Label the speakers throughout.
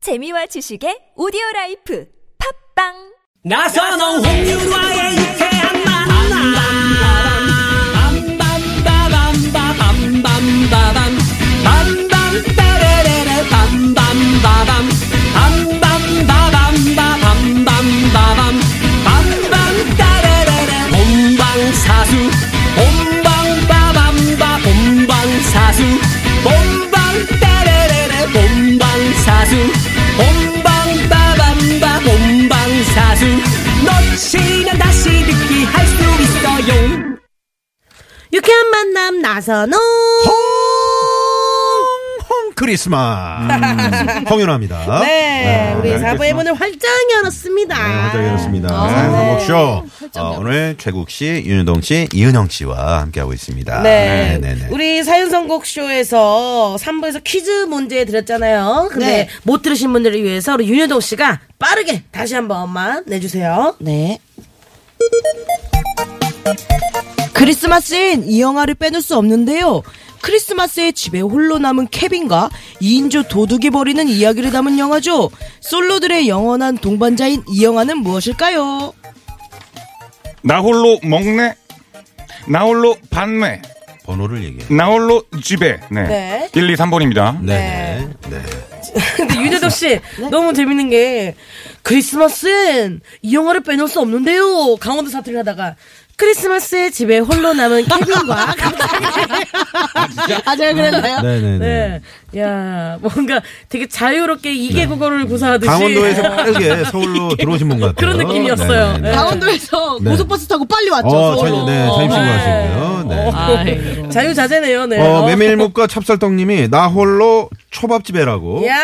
Speaker 1: 재미와 지식의 오디오 라이프 팝빵
Speaker 2: 나선홍 홍윤화의 유쾌한 만남 빰빰빠밤빠밤빰빰빠밤 빰빰따레레레 빰빰빠밤 빰빰빠밤빠밤빰빰빠밤 빰빰따레레레 본방사수 본방빠밤빠 본방사수 본방따레레레 본방사수 본방빠밤빠 본방사수 놓치면 다시 듣기 할 수 있어요
Speaker 3: 유쾌한 만남 나선홍
Speaker 4: 홍 크리스마스 홍윤아입니다.
Speaker 3: 음.
Speaker 4: 네,
Speaker 3: 네, 우리 어. 사부의 문을 활짝 열었습니다.
Speaker 4: 화장이었습니다.
Speaker 3: 네,
Speaker 4: 한국쇼 어, 오늘 최국 씨, 윤여동 씨, 이은영 씨와 함께하고 있습니다.
Speaker 3: 네.
Speaker 4: 네네네.
Speaker 3: 우리 사연선곡 쇼에서 3부에서 퀴즈 문제 드렸잖아요. 근데
Speaker 5: 네.
Speaker 3: 못 들으신 분들을 위해서 우리 윤여동 씨가 빠르게 다시 한 번만 내주세요.
Speaker 5: 네. 크리스마스엔 이 영화를 빼놓을 수 없는데요. 크리스마스에 집에 홀로 남은 케빈과 2인조 도둑이 벌이는 이야기를 담은 영화죠. 솔로들의 영원한 동반자인 이 영화는 무엇일까요?
Speaker 6: 나 홀로 먹네. 나 홀로 받네.
Speaker 4: 번호를 얘기해.
Speaker 6: 나 홀로 집에. 네.
Speaker 3: 네.
Speaker 6: 1, 2, 3번입니다.
Speaker 4: 네네. 네.
Speaker 3: 근데 윤여동
Speaker 7: 네?
Speaker 3: 씨 너무 재밌는 게 크리스마스엔 이 영화를 빼놓을 수 없는데요. 강원도 사투리 하다가 크리스마스에 집에 홀로 남은 케빈과
Speaker 5: 아,
Speaker 7: 네,
Speaker 5: 제가 그랬나요?
Speaker 4: 네네네.
Speaker 3: 네. 야, 뭔가 되게 자유롭게 이개국어를 구사하듯이.
Speaker 4: 네. 음. 강원도에서 빠르게 서울로 들어오신 분 같아요.
Speaker 3: 그런 느낌이었어요.
Speaker 4: 네네네.
Speaker 3: 네.
Speaker 5: 강원도에서
Speaker 4: 네.
Speaker 5: 고속버스 타고 빨리 왔죠.
Speaker 4: 어,
Speaker 5: 서울로.
Speaker 4: 자, 네, 자임신고 하시고요. 네.
Speaker 3: 어, 자유자재네요, 네.
Speaker 4: 어, 메밀묵과 찹쌀떡님이 나 홀로 초밥집에라고.
Speaker 3: 야!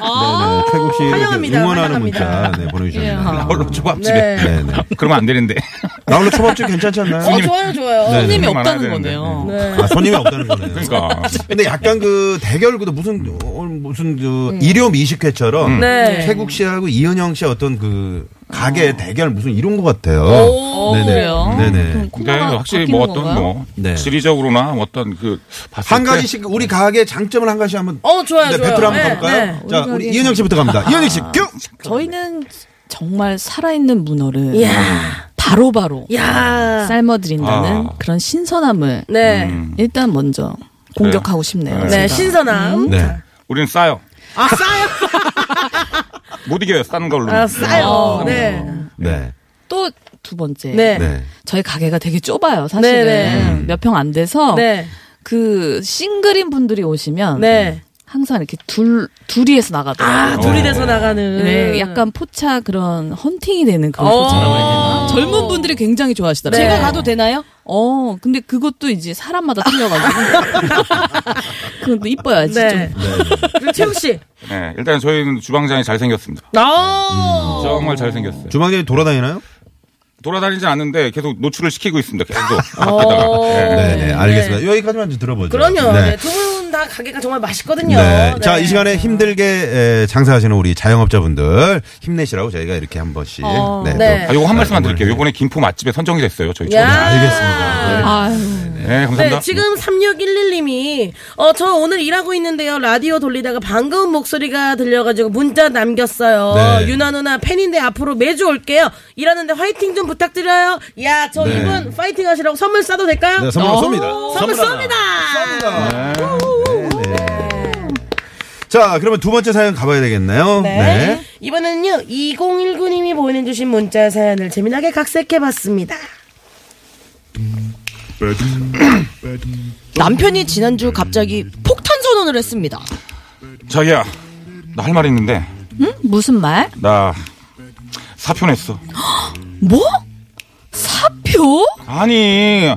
Speaker 4: 어,
Speaker 3: 어,
Speaker 4: 네네. 최국 씨
Speaker 3: 환영합니다.
Speaker 4: 응원하는
Speaker 3: 환영합니다.
Speaker 4: 문자 네, 보내주셨네요.
Speaker 6: 나 홀로 초밥집에.
Speaker 3: 네.
Speaker 4: 네네.
Speaker 6: 그러면 안 되는데.
Speaker 4: 나 홀로 초밥집 괜찮지 않나요?
Speaker 3: 어, 좋아요, 좋아요.
Speaker 4: 네.
Speaker 7: 손님이
Speaker 6: 많아야
Speaker 7: 없다는
Speaker 6: 되는데.
Speaker 7: 거네요.
Speaker 3: 네.
Speaker 4: 아, 손님이 없다는 거네요.
Speaker 6: 그러니까.
Speaker 4: 근데 약간 그 대결 구도 무슨 어, 무슨 그 일요 미식회처럼
Speaker 3: 네.
Speaker 4: 최국 씨하고 이은영 씨 어떤 그 가게 대결 무슨 이런 것 같아요.
Speaker 7: 오, 그래요?
Speaker 4: 네네.
Speaker 6: 근데
Speaker 7: 콩나물
Speaker 6: 확실히
Speaker 7: 바뀌는
Speaker 6: 뭐 어떤
Speaker 7: 건가요?
Speaker 6: 뭐
Speaker 4: 네.
Speaker 6: 지리적으로나 어떤 그 봤을
Speaker 4: 한
Speaker 6: 때
Speaker 4: 가지씩 우리 가게 장점을 한 가지 한번
Speaker 3: 어, 좋아요,
Speaker 4: 네,
Speaker 3: 좋아요.
Speaker 4: 배틀
Speaker 3: 네,
Speaker 4: 한번 가볼까요?
Speaker 3: 네.
Speaker 4: 자, 우리 이은영 씨부터 갑니다. 이은영 씨, 큐.
Speaker 7: 아, 저희는 정말 살아있는 문어를
Speaker 3: 야,
Speaker 7: 바로바로
Speaker 3: 야.
Speaker 7: 삶아드린다는
Speaker 6: 아.
Speaker 7: 그런 신선함을
Speaker 3: 네.
Speaker 4: 음,
Speaker 7: 일단 먼저 공격하고 싶네요.
Speaker 3: 네,
Speaker 7: 제가.
Speaker 3: 신선함.
Speaker 4: 네.
Speaker 6: 우리는 싸요.
Speaker 3: 아, 싸요.
Speaker 6: 못 이겨요. 싼 걸로. 어.
Speaker 3: 아,
Speaker 7: 어.
Speaker 3: 싸요. 네.
Speaker 4: 네.
Speaker 7: 또 두 번째.
Speaker 3: 네.
Speaker 4: 네.
Speaker 7: 저희 가게가 되게 좁아요, 사실은.
Speaker 3: 네네.
Speaker 7: 몇 평 안 돼서
Speaker 3: 네.
Speaker 7: 그 싱글인 분들이 오시면
Speaker 3: 네.
Speaker 7: 항상 이렇게 둘 둘이에서 나가더라고요.
Speaker 3: 아,
Speaker 4: 어.
Speaker 3: 둘이 돼서 나가는.
Speaker 7: 네, 약간 포차 그런 헌팅이 되는 그런
Speaker 3: 어.
Speaker 7: 포차라고 해야 되나? 젊은 분들이 굉장히 좋아하시더라고요. 네.
Speaker 5: 제가 가도 되나요?
Speaker 7: 어, 근데 그것도 이제 사람마다 틀려가지고. 그건 또 이뻐야지.
Speaker 3: 네.
Speaker 7: 좀.
Speaker 3: 그리고 최욱씨.
Speaker 6: 네. 일단 저희는 주방장이 잘생겼습니다.
Speaker 4: 음.
Speaker 3: 아
Speaker 6: 정말 잘생겼어요.
Speaker 4: 주방장이 돌아다니나요?
Speaker 6: 돌아다니지 않는데 계속 노출을 시키고 있습니다. 계속.
Speaker 3: 어.
Speaker 6: 밖에다가. 네.
Speaker 4: 네, 네. 알겠습니다. 여기까지만 좀 들어보죠.
Speaker 3: 그럼요.
Speaker 4: 네.
Speaker 3: 네. 두 분 다 가게가 정말 맛있거든요.
Speaker 4: 네.
Speaker 3: 네.
Speaker 4: 자, 이 시간에 힘들게 에, 장사하시는 우리 자영업자분들 힘내시라고 저희가 이렇게 한 번씩. 네.
Speaker 3: 네.
Speaker 6: 아, 요거 한 말씀만 드릴게요. 요번에 김포 맛집에 선정이 됐어요. 저희
Speaker 3: 야.
Speaker 6: 처음에.
Speaker 4: 알겠습니다.
Speaker 7: 아유.
Speaker 6: 네, 감사합니다.
Speaker 3: 네, 지금 3611님이, 어, 저 오늘 일하고 있는데요. 라디오 돌리다가 반가운 목소리가 들려가지고 문자 남겼어요.
Speaker 4: 네.
Speaker 3: 유나 누나 팬인데 앞으로 매주 올게요. 일하는데 화이팅 좀 부탁드려요. 야, 저
Speaker 4: 네.
Speaker 3: 이분 파이팅 하시라고 선물 싸도 될까요? 어,
Speaker 4: 네, 선물 쏩니다.
Speaker 3: 선물 쏩니다!
Speaker 4: 자, 그러면 두 번째 사연 가봐야 되겠네요.
Speaker 3: 네. 이번에는요, 2019님이 보내주신 문자 사연을 재미나게 각색해봤습니다.
Speaker 5: 남편이 지난주 갑자기 폭탄 선언을 했습니다.
Speaker 6: 자기야, 나 할 말 있는데,
Speaker 7: 응? 무슨 말?
Speaker 6: 나 사표 냈어.
Speaker 7: 뭐? 사표?
Speaker 6: 아니,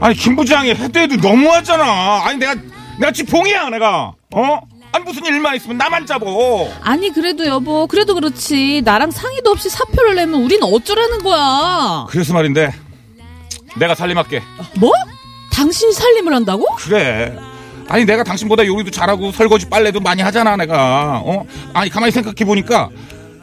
Speaker 6: 아니, 김 부장이 해도 해도 너무하잖아. 아니, 내가, 내가 지봉이야, 내가. 어? 아니, 무슨 일만 있으면 나만 잡어.
Speaker 7: 아니, 그래도 여보, 그래도 그렇지. 나랑 상의도 없이 사표를 내면 우린 어쩌라는 거야.
Speaker 6: 그래서 말인데, 내가 살림할게.
Speaker 7: 뭐? 당신이 살림을 한다고?
Speaker 6: 그래. 아니 내가 당신보다 요리도 잘하고 설거지 빨래도 많이 하잖아 내가 어 아니 가만히 생각해 보니까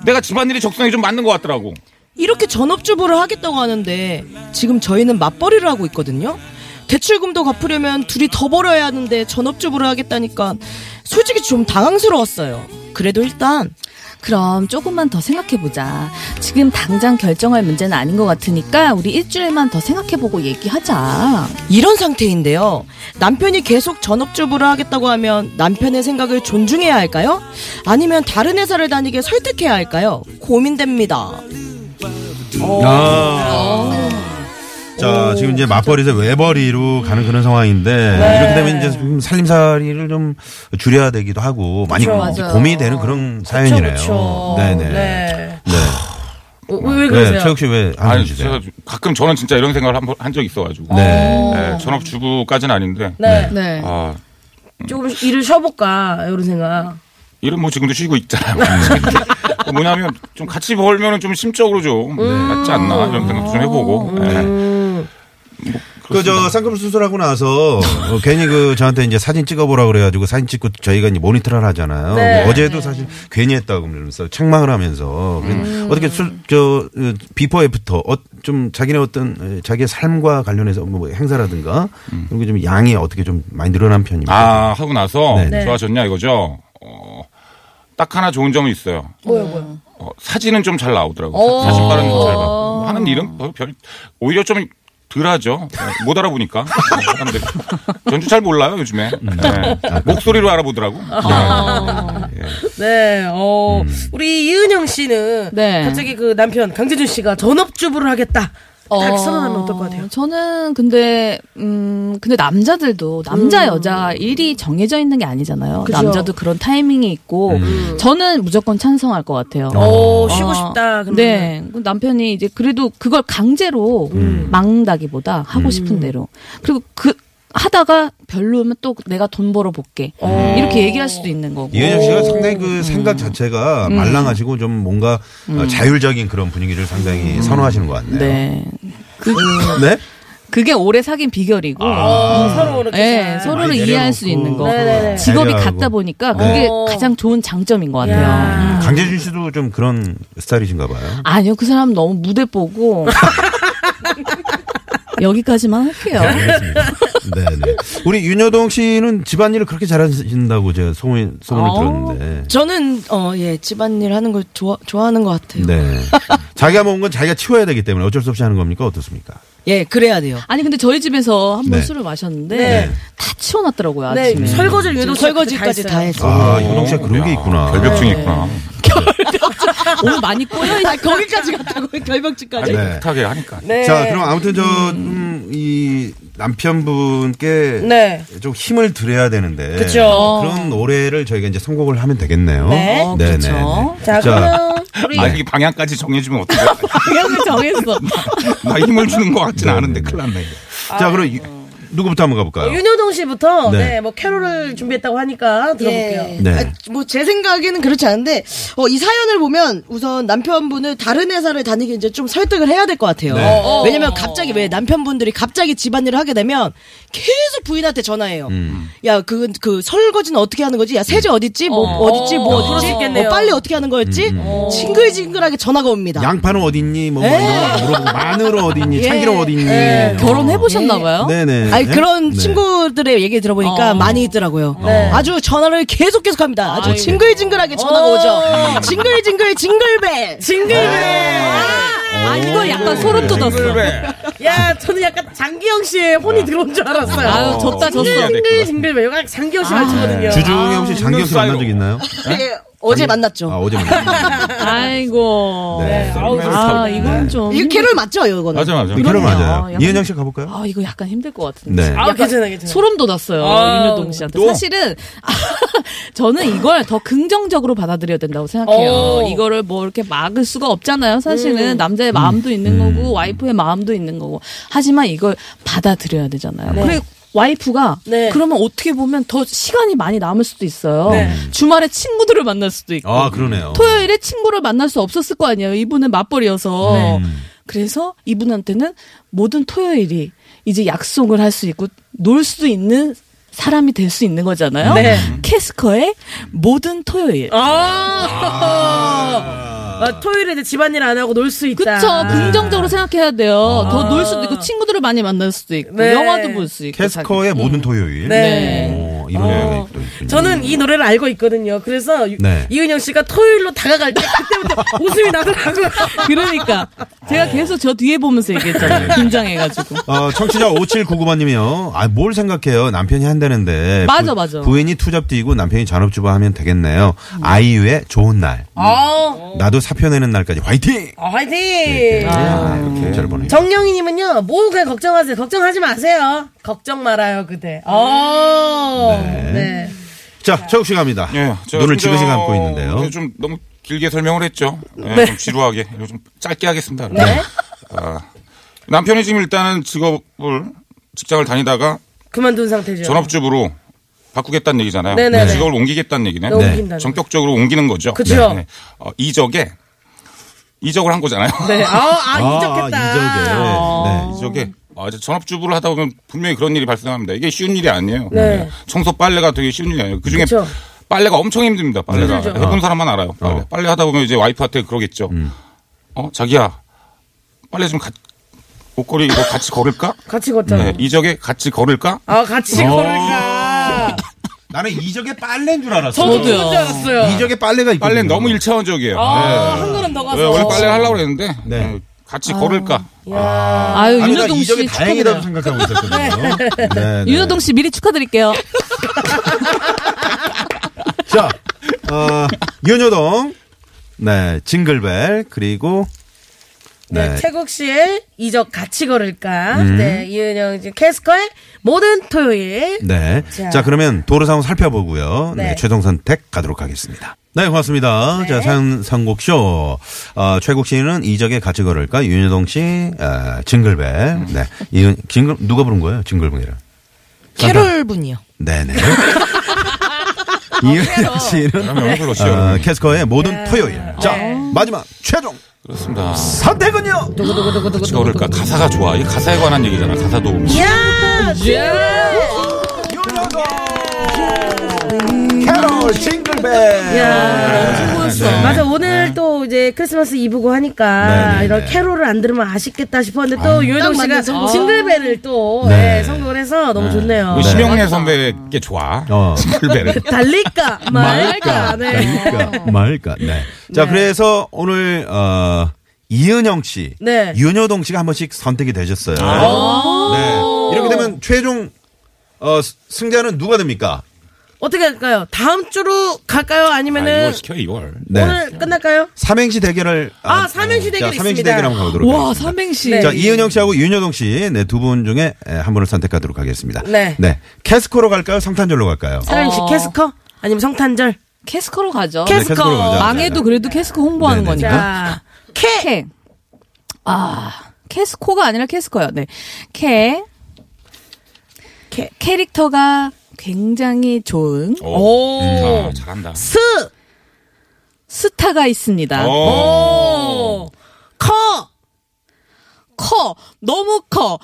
Speaker 6: 내가 집안일이 적성이 좀 맞는 것 같더라고
Speaker 5: 이렇게 전업주부를 하겠다고 하는데 지금 저희는 맞벌이를 하고 있거든요. 대출금도 갚으려면 둘이 더 벌어야 하는데 전업주부를 하겠다니까 솔직히 좀 당황스러웠어요. 그래도 일단
Speaker 7: 그럼 조금만 더 생각해보자. 지금 당장 결정할 문제는 아닌 것 같으니까 우리 일주일만 더 생각해보고 얘기하자.
Speaker 5: 이런 상태인데요. 남편이 계속 전업주부를 하겠다고 하면 남편의 생각을 존중해야 할까요? 아니면 다른 회사를 다니게 설득해야 할까요? 고민됩니다.
Speaker 3: 어.
Speaker 4: 자, 지금 이제 맞벌이에서 외벌이로 가는 그런 상황인데
Speaker 3: 네.
Speaker 4: 이렇게 되면 이제 좀 살림살이를 좀 줄여야 되기도 하고 많이
Speaker 3: 그쵸,
Speaker 4: 이제
Speaker 7: 맞아요.
Speaker 4: 고민이 되는 그런 사연이네요.
Speaker 3: 그쵸.
Speaker 4: 네네.
Speaker 3: 그렇죠. 네.
Speaker 4: 네.
Speaker 3: 어, 왜, 왜
Speaker 4: 네,
Speaker 3: 그러세요?
Speaker 4: 최욱 씨왜
Speaker 6: 아니,
Speaker 4: 하는지.
Speaker 6: 제가 가끔 저는 진짜 이런 생각을 한, 번- 한 적이 있어가지고.
Speaker 4: 네.
Speaker 6: 네, 전업주부까지는 아닌데.
Speaker 3: 네.
Speaker 7: 네.
Speaker 6: 아,
Speaker 3: 조금 일을 쉬어볼까 이런 생각.
Speaker 6: 일은 뭐 지금도 쉬고 있잖아요. 뭐냐면 좀 같이 벌면은 좀 심적으로 좀 낫지 않나 이런 생각도 좀 해보고. 네. 뭐
Speaker 4: 그 저 쌍꺼풀 수술하고 나서 어, 괜히 그 저한테 이제 사진 찍어보라 그래가지고 사진 찍고 저희가 이제 모니터를 하잖아요.
Speaker 3: 네.
Speaker 4: 뭐 어제도 사실 괜히 했다고 그러면서 책망을 하면서 어떻게 술저 비포 애프터 어, 좀 자기네 어떤 에, 자기의 삶과 관련해서 뭐 행사라든가 그리고 좀 양이 어떻게 좀 많이 늘어난 편입니다.
Speaker 6: 아 하고 나서
Speaker 4: 네.
Speaker 3: 네.
Speaker 6: 좋아졌냐 이거죠. 어, 딱 하나 좋은 점은 있어요.
Speaker 3: 뭐요, 뭐요?
Speaker 6: 어, 사진은 좀 잘 나오더라고요. 사- 사진 빠른 거잘 봐. 뭐 하는 일은 별, 별- 오히려 좀 덜하죠. 네, 못 알아보니까 어, 사람들이. 전주 잘 몰라요 요즘에.
Speaker 4: 음.
Speaker 6: 네.
Speaker 4: 아, 그
Speaker 6: 목소리로 알아보더라고.
Speaker 3: 네, 어,
Speaker 4: 음.
Speaker 3: 우리 이은영 씨는
Speaker 7: 네.
Speaker 3: 갑자기 그 남편 강재준 씨가 전업주부를 하겠다. 딱 선언하면 어떨 것 같아요?
Speaker 7: 저는 근데 음 근데 남자들도 남자 여자 일이 정해져 있는 게 아니잖아요.
Speaker 3: 음. 그죠.
Speaker 7: 남자도 그런 타이밍이 있고 저는 무조건 찬성할 것 같아요.
Speaker 3: 오, 쉬고
Speaker 7: 어,
Speaker 3: 싶다. 그러면.
Speaker 7: 네. 그 남편이 이제 그래도 그걸 강제로 막는다기보다 하고 싶은 대로. 그리고 그 하다가 별로면 또 내가 돈 벌어 볼게. 이렇게 얘기할 수도 있는 거고.
Speaker 4: 이현영 씨가 상당히 그 생각 자체가 말랑하시고 좀 뭔가 어, 자율적인 그런 분위기를 상당히 선호하시는 것 같네요.
Speaker 7: 네. 그,
Speaker 4: 네?
Speaker 7: 그게 오래 사귄 비결이고.
Speaker 4: 아,
Speaker 3: 어, 서로 이렇게.
Speaker 5: 네,
Speaker 7: 예,
Speaker 3: 잘.
Speaker 7: 서로를
Speaker 4: 많이
Speaker 7: 이해할
Speaker 4: 내려놓고
Speaker 7: 수 있는 거.
Speaker 3: 네네네.
Speaker 7: 직업이
Speaker 4: 배려하고. 네.
Speaker 7: 같다 보니까
Speaker 5: 네.
Speaker 7: 그게
Speaker 3: 어.
Speaker 7: 가장 좋은 장점인 것 같아요.
Speaker 3: 야.
Speaker 4: 강재준 씨도 좀 그런 스타일이신가 봐요.
Speaker 7: 아니요, 그 사람 너무 무대 보고. 여기까지만 할게요.
Speaker 4: 네, 알겠습니다. 네네. 우리 윤여동 씨는 집안일을 그렇게 잘하신다고 제가 소문, 소문을
Speaker 7: 어.
Speaker 4: 들었는데.
Speaker 5: 저는 어 예 집안일 하는 걸 좋아, 좋아하는 것 같아요.
Speaker 4: 네. 자기가 먹은 건 자기가 치워야 되기 때문에 어쩔 수 없이 하는 겁니까? 어떻습니까?
Speaker 5: 예 그래야 돼요.
Speaker 7: 아니, 근데 저희 집에서 한 번
Speaker 4: 네.
Speaker 7: 술을 마셨는데
Speaker 3: 네.
Speaker 7: 다 치워놨더라고요,
Speaker 3: 네,
Speaker 7: 아침에.
Speaker 3: 설거지를 유독
Speaker 5: 설거지까지 다 해서.
Speaker 4: 아, 윤동 씨가 그런 게 있구나.
Speaker 6: 네. 결벽증이 있구나.
Speaker 7: 오늘 많이 꼬여있어.
Speaker 5: 아, 거기까지 갔다고
Speaker 6: 아니,
Speaker 5: 결벽증까지.
Speaker 4: 네.
Speaker 6: 못하게 하니까.
Speaker 3: 네.
Speaker 4: 자, 그럼 아무튼 저, 음, 이 남편분께
Speaker 3: 네.
Speaker 4: 좀 힘을 드려야 되는데.
Speaker 3: 그쵸.
Speaker 4: 그런 노래를 저희가 이제 선곡을 하면 되겠네요.
Speaker 3: 네.
Speaker 7: 어,
Speaker 4: 네네.
Speaker 7: 그쵸.
Speaker 3: 자, 그러면 우리
Speaker 4: 네.
Speaker 6: 아 이게 방향까지 정해주면 어떡해.
Speaker 7: 방향을 정했어.
Speaker 4: 아.
Speaker 6: 나 힘을 주는 것 같진 않은데 큰일 났네. 이거.
Speaker 4: 자, 그럼 유- 누구부터 한번
Speaker 7: 아,
Speaker 4: 가볼까요?
Speaker 3: 윤효동 씨부터
Speaker 4: 아. 네.
Speaker 3: 네. 뭐 캐롤을 준비했다고 하니까 들어볼게요. 예.
Speaker 4: 네.
Speaker 5: 뭐 제 생각에는 그렇지 않은데 어, 이 사연을 보면 우선 남편분을 다른 회사를 다니게 이제 좀 설득을 해야 될 것 같아요.
Speaker 4: 네.
Speaker 5: 어, 왜냐면 갑자기 왜 남편분들이 갑자기 집안일을 하게 되면 계속 부인한테 전화해요.
Speaker 4: 음.
Speaker 5: 야 그 그 설거지는 어떻게 하는 거지? 야 세제 어딨지? 뭐 어, 딨지뭐
Speaker 3: 어, 그럴 수
Speaker 5: 어딨지?
Speaker 3: 있겠네요.
Speaker 5: 어, 빨래 어떻게 하는 거였지? 징글징글하게 전화가 옵니다.
Speaker 4: 음, 양파는 어딨니? 뭐, 뭐 이런 거 물어보고 마늘은 어딨니? 참기름 어딨니?
Speaker 7: 예.
Speaker 4: 뭐.
Speaker 7: 결혼해보셨나봐요?
Speaker 4: 네네.
Speaker 5: 아니 그런
Speaker 4: 네.
Speaker 5: 친구들의 얘기 들어보니까
Speaker 7: 어. 네.
Speaker 5: 많이 있더라고요. 아주 전화를 계속 계속합니다. 아주
Speaker 7: 아이고.
Speaker 5: 징글징글하게 전화가
Speaker 3: 어.
Speaker 5: 오죠. 징글징글 징글벨.
Speaker 7: 네.
Speaker 3: 징글벨.
Speaker 7: 아, 이거 약간
Speaker 4: 네.
Speaker 7: 소름 돋았어.
Speaker 6: 징글벨.
Speaker 3: 네. 아, 야, 저는 약간 장기영 씨의
Speaker 4: 아.
Speaker 3: 혼이 들어온 줄 알았어요.
Speaker 7: 아유, 졌다, 졌어.
Speaker 3: 징글 징글벨. 이거 장기영 씨 맞추거든요.
Speaker 4: 아. 주중에 혹시 장기영 씨 만난 적 있나요?
Speaker 5: 예, 어제 만났죠.
Speaker 4: 아, 어제 만났어요.
Speaker 7: 아이고.
Speaker 4: 네.
Speaker 7: 아, 이건 좀.
Speaker 5: 이거 캐롤 맞죠, 이거는?
Speaker 6: 맞아 맞아.
Speaker 4: 그럼
Speaker 7: 그럼요.
Speaker 4: 맞아요.
Speaker 7: 약간-
Speaker 4: 네, 이현영 씨 가볼까요?
Speaker 7: 아, 이거 약간 힘들 것 같은데.
Speaker 4: 네.
Speaker 3: 아, 괜찮아, 괜찮아.
Speaker 7: 소름 돋았어요.
Speaker 3: 아,
Speaker 7: 윤효동 씨한테.
Speaker 6: 또?
Speaker 7: 사실은 아, 저는 이걸 더 긍정적으로 받아들여야 된다고 생각해요.
Speaker 3: 오.
Speaker 7: 이거를 뭐 이렇게 막을 수가 없잖아요. 사실은 남자의 마음도 있는 거고 와이프의 마음도 있는 거고. 하지만 이걸 받아들여야 되잖아요. 그리고 와이프가
Speaker 3: 네.
Speaker 7: 그러면 어떻게 보면 더 시간이 많이 남을 수도 있어요. 주말에 친구들을 만날 수도 있고.
Speaker 4: 아, 그러네요.
Speaker 7: 어, 토요일에 친구를 만날 수 없었을 거 아니에요. 이분은 맞벌이어서.
Speaker 4: 네.
Speaker 7: 그래서 이분한테는 모든 토요일이 이제 약속을 할 수 있고 놀 수도 있는 사람이 될 수 있는 거잖아요.
Speaker 3: 네.
Speaker 7: 캐스커의 모든 토요일.
Speaker 3: 어, 아. 아, 토요일에 이제 집안일 안 하고 놀 수
Speaker 7: 그쵸.
Speaker 3: 있다.
Speaker 7: 긍정적으로
Speaker 4: 네.
Speaker 7: 생각해야
Speaker 4: 아.
Speaker 7: 돼요. 더 놀 수도 있고 친구들을 많이 만날 수도 있고
Speaker 3: 네.
Speaker 7: 영화도 볼 수 있고. 음.
Speaker 4: 캐스커의 모든 토요일.
Speaker 3: 네.
Speaker 4: 오,
Speaker 7: 어,
Speaker 4: 이런 얘기가 또 있군요.
Speaker 3: 저는 이 노래를 알고 있거든요. 그래서 유-
Speaker 4: 네.
Speaker 3: 이은영 씨가 토요일로 다가갈 때 그때부터 웃음이 나더라고요.
Speaker 7: 그러니까
Speaker 4: 아.
Speaker 7: 제가 계속 저 뒤에 보면서
Speaker 4: 네.
Speaker 7: 얘기했잖아요. 긴장해가지고.
Speaker 4: 어, 청취자 5799번님이요. 아, 뭘 생각해요? 남편이 한다는데.
Speaker 7: 맞아, 맞아.
Speaker 4: 부인이 투잡 뛰고 남편이 잔업주부 하면 되겠네요. 아이유의 좋은 날.
Speaker 3: 아,
Speaker 4: 나도 사표 내는 날까지 화이팅!
Speaker 3: 아, 화이팅!
Speaker 7: 예.
Speaker 4: 이렇게
Speaker 7: 아.
Speaker 4: 이렇게 문자를 보내요.
Speaker 3: 정영희님은요, 뭐 그냥 걱정하세요. 걱정하지 마세요. 걱정 말아요, 그대. 어,
Speaker 4: 네.
Speaker 3: 네.
Speaker 4: 자, 최욱 씨 갑니다.
Speaker 6: 예, 제가
Speaker 4: 눈을
Speaker 6: 심지어
Speaker 4: 지그시 감고 있는데요.
Speaker 6: 좀 너무 길게 설명을 했죠. 예, 좀 지루하게 이거 좀 짧게 하겠습니다. 아, 남편이 지금 일단은 직업을 직장을 다니다가
Speaker 3: 그만둔 상태죠.
Speaker 6: 전업주부로 바꾸겠다는 얘기잖아요.
Speaker 3: 네. 네네네.
Speaker 6: 직업을 옮기겠다는 얘기네.
Speaker 3: 네, 옮긴다는
Speaker 6: 전격적으로 옮기는 거죠.
Speaker 3: 그쵸.
Speaker 6: 어, 이적에 이적을 한 거잖아요.
Speaker 3: 네. 아, 아,
Speaker 4: 아,
Speaker 3: 잊었겠다.
Speaker 7: 어.
Speaker 4: 아, 이적에. 네.
Speaker 6: 이적에 아, 이제 전업주부를 하다 보면 분명히 그런 일이 발생합니다. 이게 쉬운 일이 아니에요.
Speaker 3: 네.
Speaker 6: 청소 빨래가 되게 쉬운 일이 아니에요. 그 중에
Speaker 3: 그쵸.
Speaker 6: 빨래가 엄청 힘듭니다. 빨래가
Speaker 3: 힘들죠.
Speaker 6: 해본 사람만 알아요. 빨래.
Speaker 4: 어. 음.
Speaker 6: 빨래 하다 보면 이제 와이프한테 그러겠죠. 어 자기야 빨래 좀 가, 옷걸이 이거 같이 걸을까?
Speaker 3: 같이 걷잖아.
Speaker 6: 네, 이적에 같이 걸을까?
Speaker 3: 아, 같이 걸을까.
Speaker 4: 나는 이적에 빨래인 줄 알았어.
Speaker 3: 저도 그건 줄 알았어요.
Speaker 4: 이적에 빨래가 있고.
Speaker 6: 빨래 는 너무 일차원적이에요.
Speaker 3: 아, 한 걸음 더
Speaker 6: 네,
Speaker 3: 가서. 아.
Speaker 6: 원래 빨래 를 하려고 그랬는데
Speaker 4: 네.
Speaker 6: 어, 같이 걸을까?
Speaker 7: 네, 아유,
Speaker 4: 아니, 나
Speaker 7: 윤호동
Speaker 4: 이적이
Speaker 7: 씨
Speaker 4: 다행이라고
Speaker 7: 축하드려요.
Speaker 4: 생각하고 있었거든요. 네, 네.
Speaker 7: 윤호동 씨 미리 축하드릴게요.
Speaker 4: 자, 어, 윤여동. 네, 징글벨. 그리고.
Speaker 3: 네.
Speaker 4: 네.
Speaker 3: 최국 씨의 이적 같이 걸을까. 네. 이은영 지금 캐스커의 모든 토요일.
Speaker 4: 네. 자,
Speaker 3: 자.
Speaker 4: 그러면 도로 상황 살펴보고요. 네.
Speaker 3: 네.
Speaker 4: 최종 선택 가도록 하겠습니다. 네, 고맙습니다. 자, 사연 선곡쇼. 어, 최국 씨는 이적에 같이 걸을까? 윤여동 씨, 어, 징글벨. 네. 이은, 징글, 누가 부른 거예요? 징글벨이랑.
Speaker 5: 캐롤 분이요.
Speaker 4: 네네. 이은영 씨는
Speaker 3: 네.
Speaker 6: 그러면 얼굴로 씌워.
Speaker 4: 어, 캐스커의 모든 토요일. 자, 마지막 최종
Speaker 3: 아,
Speaker 6: 그렇습니다.
Speaker 4: 선택은요?
Speaker 6: 같이 걸을까? 가사가 좋아. 이 가사에 관한 얘기잖아. 가사도.
Speaker 3: 예.
Speaker 4: 네. 캐롤 징글벨.
Speaker 5: 아,
Speaker 3: 맞아 오늘 또 이제 크리스마스 이브고 하니까
Speaker 4: 네, 네,
Speaker 3: 이런
Speaker 4: 네.
Speaker 3: 캐롤을 안 들으면 아쉽겠다 싶었는데 또 유현정
Speaker 5: 딱 맞는
Speaker 3: 씨가
Speaker 5: 선곡.
Speaker 3: 징글벨을 또
Speaker 4: 네.
Speaker 3: 예, 선곡을 해서 너무 좋네요.
Speaker 6: 그 심영래 선배께 좋아.
Speaker 4: 어.
Speaker 6: 징글벨을.
Speaker 3: 달릴까 말까. 네.
Speaker 4: 말까, 말까. 네. 자, 그래서 오늘, 어, 이은영 씨,
Speaker 3: 네.
Speaker 4: 윤여동 씨가 한 번씩 선택이 되셨어요.
Speaker 7: 아.
Speaker 4: 네. 이렇게 되면 최종 어, 스- 승자는 누가 됩니까?
Speaker 3: 어떻게 할까요? 다음 주로 갈까요?
Speaker 6: 아,
Speaker 3: 아니면은
Speaker 6: 이걸 시켜 이걸.
Speaker 4: 네.
Speaker 3: 오늘 끝날까요?
Speaker 4: 삼행시 대결을
Speaker 3: 아, 삼행시
Speaker 4: 자,
Speaker 3: 대결
Speaker 4: 삼행시
Speaker 3: 있습니다.
Speaker 4: 대결 한번 가보도록
Speaker 7: 와,
Speaker 4: 하겠습니다.
Speaker 7: 삼행시.
Speaker 3: 네.
Speaker 4: 자, 이은영 씨하고 윤여동 씨, 네, 두 분 중에 에, 한 분을 선택하도록 하겠습니다.
Speaker 3: 네. 아,
Speaker 4: 캐스코로 갈까요? 성탄절로 갈까요?
Speaker 3: 사랑시
Speaker 5: 어.
Speaker 3: 캐스커 아니면 성탄절
Speaker 7: 캐스커로 가죠.
Speaker 4: 캐스커. 네, 캐스커로 가자.
Speaker 7: 망해도 그래도 캐스커 홍보하는
Speaker 4: 네네. 네.
Speaker 7: 거니까.
Speaker 3: 자
Speaker 7: 캐. 네. 아, 캐스코가 아니라 캐스커요. 네. 캐.
Speaker 3: 캐.
Speaker 7: 캐릭터가 굉장히 좋은
Speaker 4: 어.
Speaker 6: 오. 아, 잘한다.
Speaker 3: 스.
Speaker 7: 스타가 있습니다.
Speaker 4: 어.
Speaker 6: 오.
Speaker 3: 오. 커.
Speaker 7: 커. 너무 커.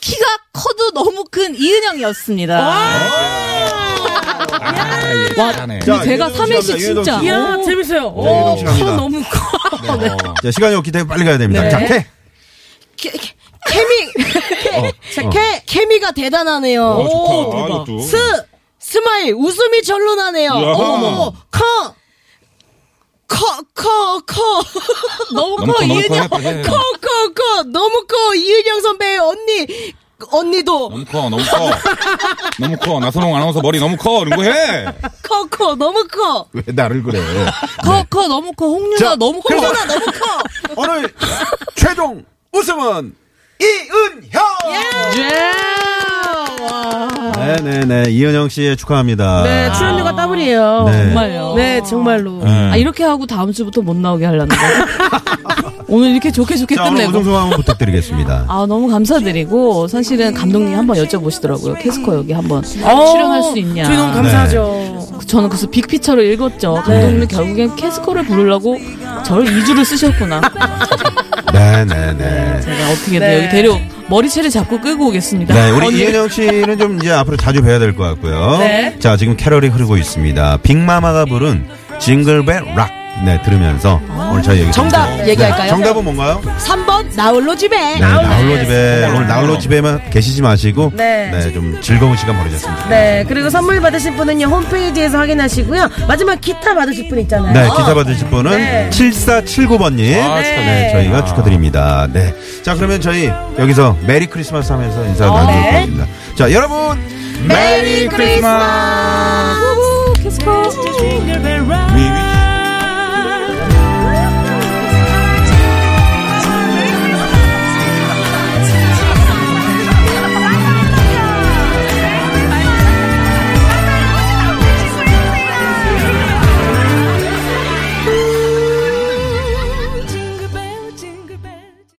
Speaker 7: 키가 커도 너무 큰 이은영이었습니다.
Speaker 6: 와, 아, 잘하네.
Speaker 4: 자,
Speaker 7: 제가
Speaker 4: 윤여동 씨가
Speaker 7: 삼행시
Speaker 4: 윤여동 씨.
Speaker 7: 진짜.
Speaker 3: 이야 재밌어요. 오,
Speaker 4: 이동식 갑니다.
Speaker 3: 커 너무 커.
Speaker 6: 어.
Speaker 4: 자, 시간이 없기 때문에 빨리 가야 됩니다.
Speaker 3: 네.
Speaker 4: 자, 캐.
Speaker 5: 케미 케 케미가 대단하네요.
Speaker 6: 어, 좋다. 아, 이것도.
Speaker 5: 스 스마일 웃음이 절로 나네요.
Speaker 6: 이야.
Speaker 5: 어머머 커. 커, 커, 커.
Speaker 7: 너무
Speaker 6: 너무
Speaker 7: 커,
Speaker 6: 커, 너무
Speaker 7: 이은영.
Speaker 6: 커, 해, 빨리 해.
Speaker 5: 커, 커, 커. 너무 커. 이은영 선배의 언니, 언니도.
Speaker 6: 너무 커, 너무 커. 너무 커. 나선홍 아나운서 머리 너무 커. 이런 거 해.
Speaker 5: 커, 커. 너무 커.
Speaker 4: 왜 나를 그래?
Speaker 6: 네.
Speaker 7: 커, 커, 너무 커. 홍유나
Speaker 4: 자,
Speaker 7: 너무 커.
Speaker 4: 그럼-
Speaker 7: 홍유나 너무 커.
Speaker 4: 오늘 최종 우승은 이은형! 네네네. 이은영 씨 축하합니다.
Speaker 7: 아.
Speaker 3: 네, 출연료가 더블이에요.
Speaker 4: 네.
Speaker 7: 정말요.
Speaker 3: 네, 정말로.
Speaker 7: 아, 이렇게 하고 다음 주부터 못 나오게 하려는 거. 오늘 이렇게 좋게 좋게
Speaker 4: 자, 오늘
Speaker 7: 끝내고.
Speaker 4: 우승 소감 한번 부탁드리겠습니다.
Speaker 7: 아 너무 감사드리고 사실은 감독님 한번 여쭤보시더라고요 캐스커 여기 한번 출연할 수 있냐
Speaker 3: 어, 저희
Speaker 4: 네.
Speaker 3: 너무 감사하죠. 네.
Speaker 7: 저는 그래서 빅피처로 읽었죠 감독님이 결국엔 캐스커를 부르려고 저를 이주를 쓰셨구나
Speaker 4: 네네네.
Speaker 7: 제가 어떻게든
Speaker 3: 네.
Speaker 7: 여기 데려 머리채를 잡고 끌고 오겠습니다
Speaker 4: 네, 우리
Speaker 7: 언니.
Speaker 4: 이은영 씨는 좀 이제 앞으로 자주 뵈야 될 것 같고요.
Speaker 3: 네.
Speaker 4: 자, 지금 캐럴이 흐르고 있습니다. 빅마마가 부른 징글벨 락. 네, 들으면서 오늘 저희 여기서
Speaker 5: 정답
Speaker 4: 인사-
Speaker 5: 얘기할까요?
Speaker 4: 정답은 뭔가요?
Speaker 5: 3번 나홀로 집에.
Speaker 4: 네, 나홀로 집에 오늘 나홀로 집에만 계시지 마시고
Speaker 3: 네.
Speaker 4: 네, 좀 즐거운 시간 보내셨습니다.
Speaker 3: 네, 그리고 선물 받으실 분은요, 홈페이지에서 확인하시고요. 마지막 기타 받으실 분 있잖아요.
Speaker 4: 네, 기사 받으실 분은
Speaker 3: 네.
Speaker 4: 7479번님.
Speaker 6: 아,
Speaker 4: 네.
Speaker 3: 축하드립니다.
Speaker 4: 저희가 축하드립니다. 네. 자, 그러면 저희 여기서 메리 크리스마스 하면서 인사를 나누도록 하겠습니다. 자, 여러분, 메리 크리스마스!